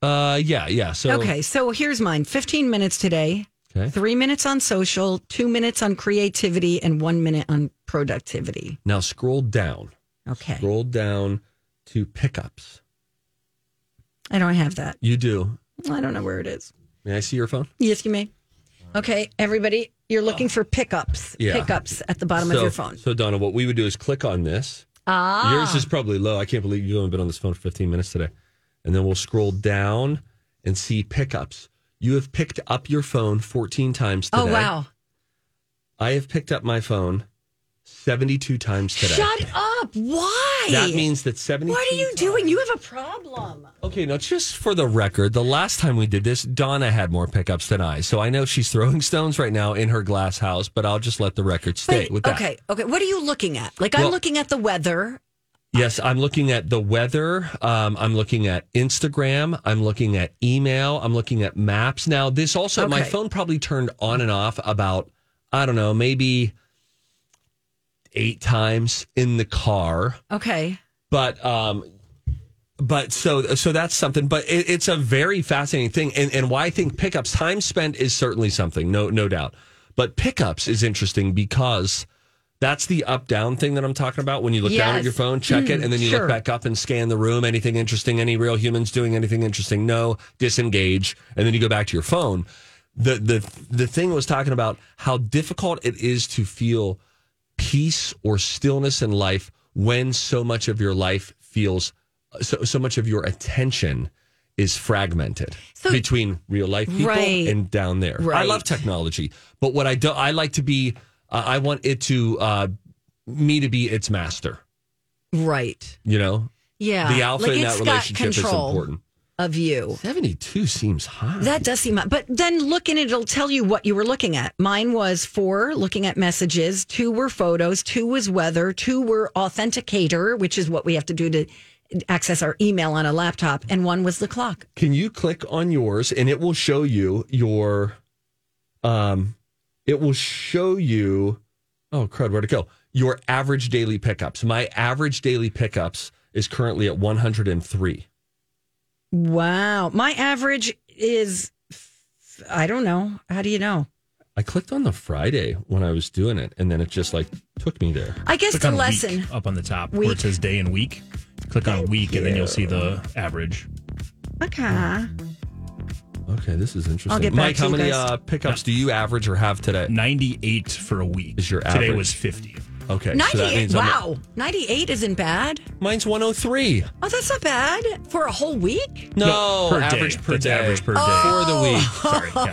Speaker 9: Uh, yeah, yeah. So,
Speaker 1: okay, so here's mine: fifteen minutes today,
Speaker 9: Okay.
Speaker 1: three minutes on social, two minutes on creativity, and one minute on productivity.
Speaker 9: Now scroll down.
Speaker 1: Okay.
Speaker 9: Scroll down to pickups.
Speaker 1: I don't have that.
Speaker 9: You do.
Speaker 1: I don't know where it is.
Speaker 9: May I see your phone?
Speaker 1: Yes, you may. Okay, everybody, you're looking for pickups.
Speaker 9: Uh-huh. Yeah.
Speaker 1: Pickups at the bottom of
Speaker 9: So-
Speaker 1: your phone.
Speaker 9: So, Donna, what we would do is click on this.
Speaker 1: Ah.
Speaker 9: Yours is probably low. I can't believe you've only been on this phone for 15 minutes today. And then we'll scroll down and see pickups. You have picked up your phone 14 times today.
Speaker 1: Oh wow!
Speaker 9: I have picked up my phone 72 times today.
Speaker 1: Shut up! Why?
Speaker 9: That means that 72.
Speaker 1: What are you doing? You have a problem.
Speaker 9: Okay, now just for the record, the last time we did this, Donna had more pickups than I. So I know she's throwing stones right now in her glass house, but I'll just let the record stay
Speaker 1: Wait,
Speaker 9: with that.
Speaker 1: Okay, okay. What are you looking at? Like I'm
Speaker 9: Well-
Speaker 1: looking at the weather.
Speaker 9: Yes, I'm looking at the weather. Um, I'm looking at Instagram. I'm looking at email. I'm looking at maps. Now, this also, my
Speaker 1: Okay.
Speaker 9: phone probably turned on and off about, I don't know, maybe eight times in the car.
Speaker 1: Okay.
Speaker 9: But, um, but so so that's something but it, it's a very fascinating thing and and why i think pickups time spent is certainly something no no doubt but pickups is interesting because that's the up down thing that i'm talking about when you look down at
Speaker 11: Yes.
Speaker 9: your phone check it
Speaker 11: Mm,
Speaker 9: and then you
Speaker 11: sure.
Speaker 9: look back up and scan the room anything interesting any real humans doing anything interesting no disengage and then you go back to your phone the the the thing was talking about how difficult it is to feel peace or stillness in life when so much of your life feels so, so much of your attention is fragmented between real life people
Speaker 11: Right.
Speaker 9: and down there. I
Speaker 11: Right.
Speaker 9: love technology, but what I do, I like to be, uh, I want it to, uh, me to be its master,
Speaker 1: Right.
Speaker 9: you know?
Speaker 1: Yeah.
Speaker 9: The alpha
Speaker 1: Like,
Speaker 9: in
Speaker 1: it's
Speaker 9: that
Speaker 1: got
Speaker 9: relationship is
Speaker 1: control.
Speaker 9: important.
Speaker 1: Of you.
Speaker 9: 72 seems high.
Speaker 1: That does seem, but then look in it, it'll tell you what you were looking at. Mine was four looking at messages, two were photos, two was weather, two were authenticator, which is what we have to do to access our email on a laptop, and one was the clock.
Speaker 9: Can you click on yours and it will show you your um it will show you oh crud, where'd it go? Your average daily pickups. My average daily pickups is currently at one hundred and three.
Speaker 1: Wow. My average is, I don't know. How do you know?
Speaker 9: I clicked on the Friday when I was doing it and then it just like took me there.
Speaker 1: I guess
Speaker 4: Click
Speaker 1: the
Speaker 4: on week
Speaker 1: lesson.
Speaker 4: up on the top where
Speaker 1: Week.
Speaker 4: it says day and week. Click on week, and then you'll see the average.
Speaker 1: Okay.
Speaker 9: Okay, this is interesting.
Speaker 4: I'll get back
Speaker 9: Mike,
Speaker 4: to
Speaker 9: how
Speaker 4: you
Speaker 9: many
Speaker 4: guys.
Speaker 9: uh, pickups do you average or have today?
Speaker 4: Ninety eight for a week.
Speaker 9: Is your average.
Speaker 4: Today was 50.
Speaker 9: Okay. so that
Speaker 1: 98.
Speaker 9: means I'm-
Speaker 1: wow. 98 isn't bad.
Speaker 9: mine's one oh three.
Speaker 1: Oh, that's not bad for a whole week.
Speaker 9: No,
Speaker 4: per day.
Speaker 9: average per
Speaker 4: That's
Speaker 9: day.
Speaker 4: average per day.
Speaker 9: For the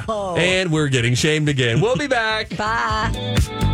Speaker 9: week.
Speaker 1: Oh.
Speaker 9: And we're getting shamed again. We'll be back.
Speaker 1: Bye.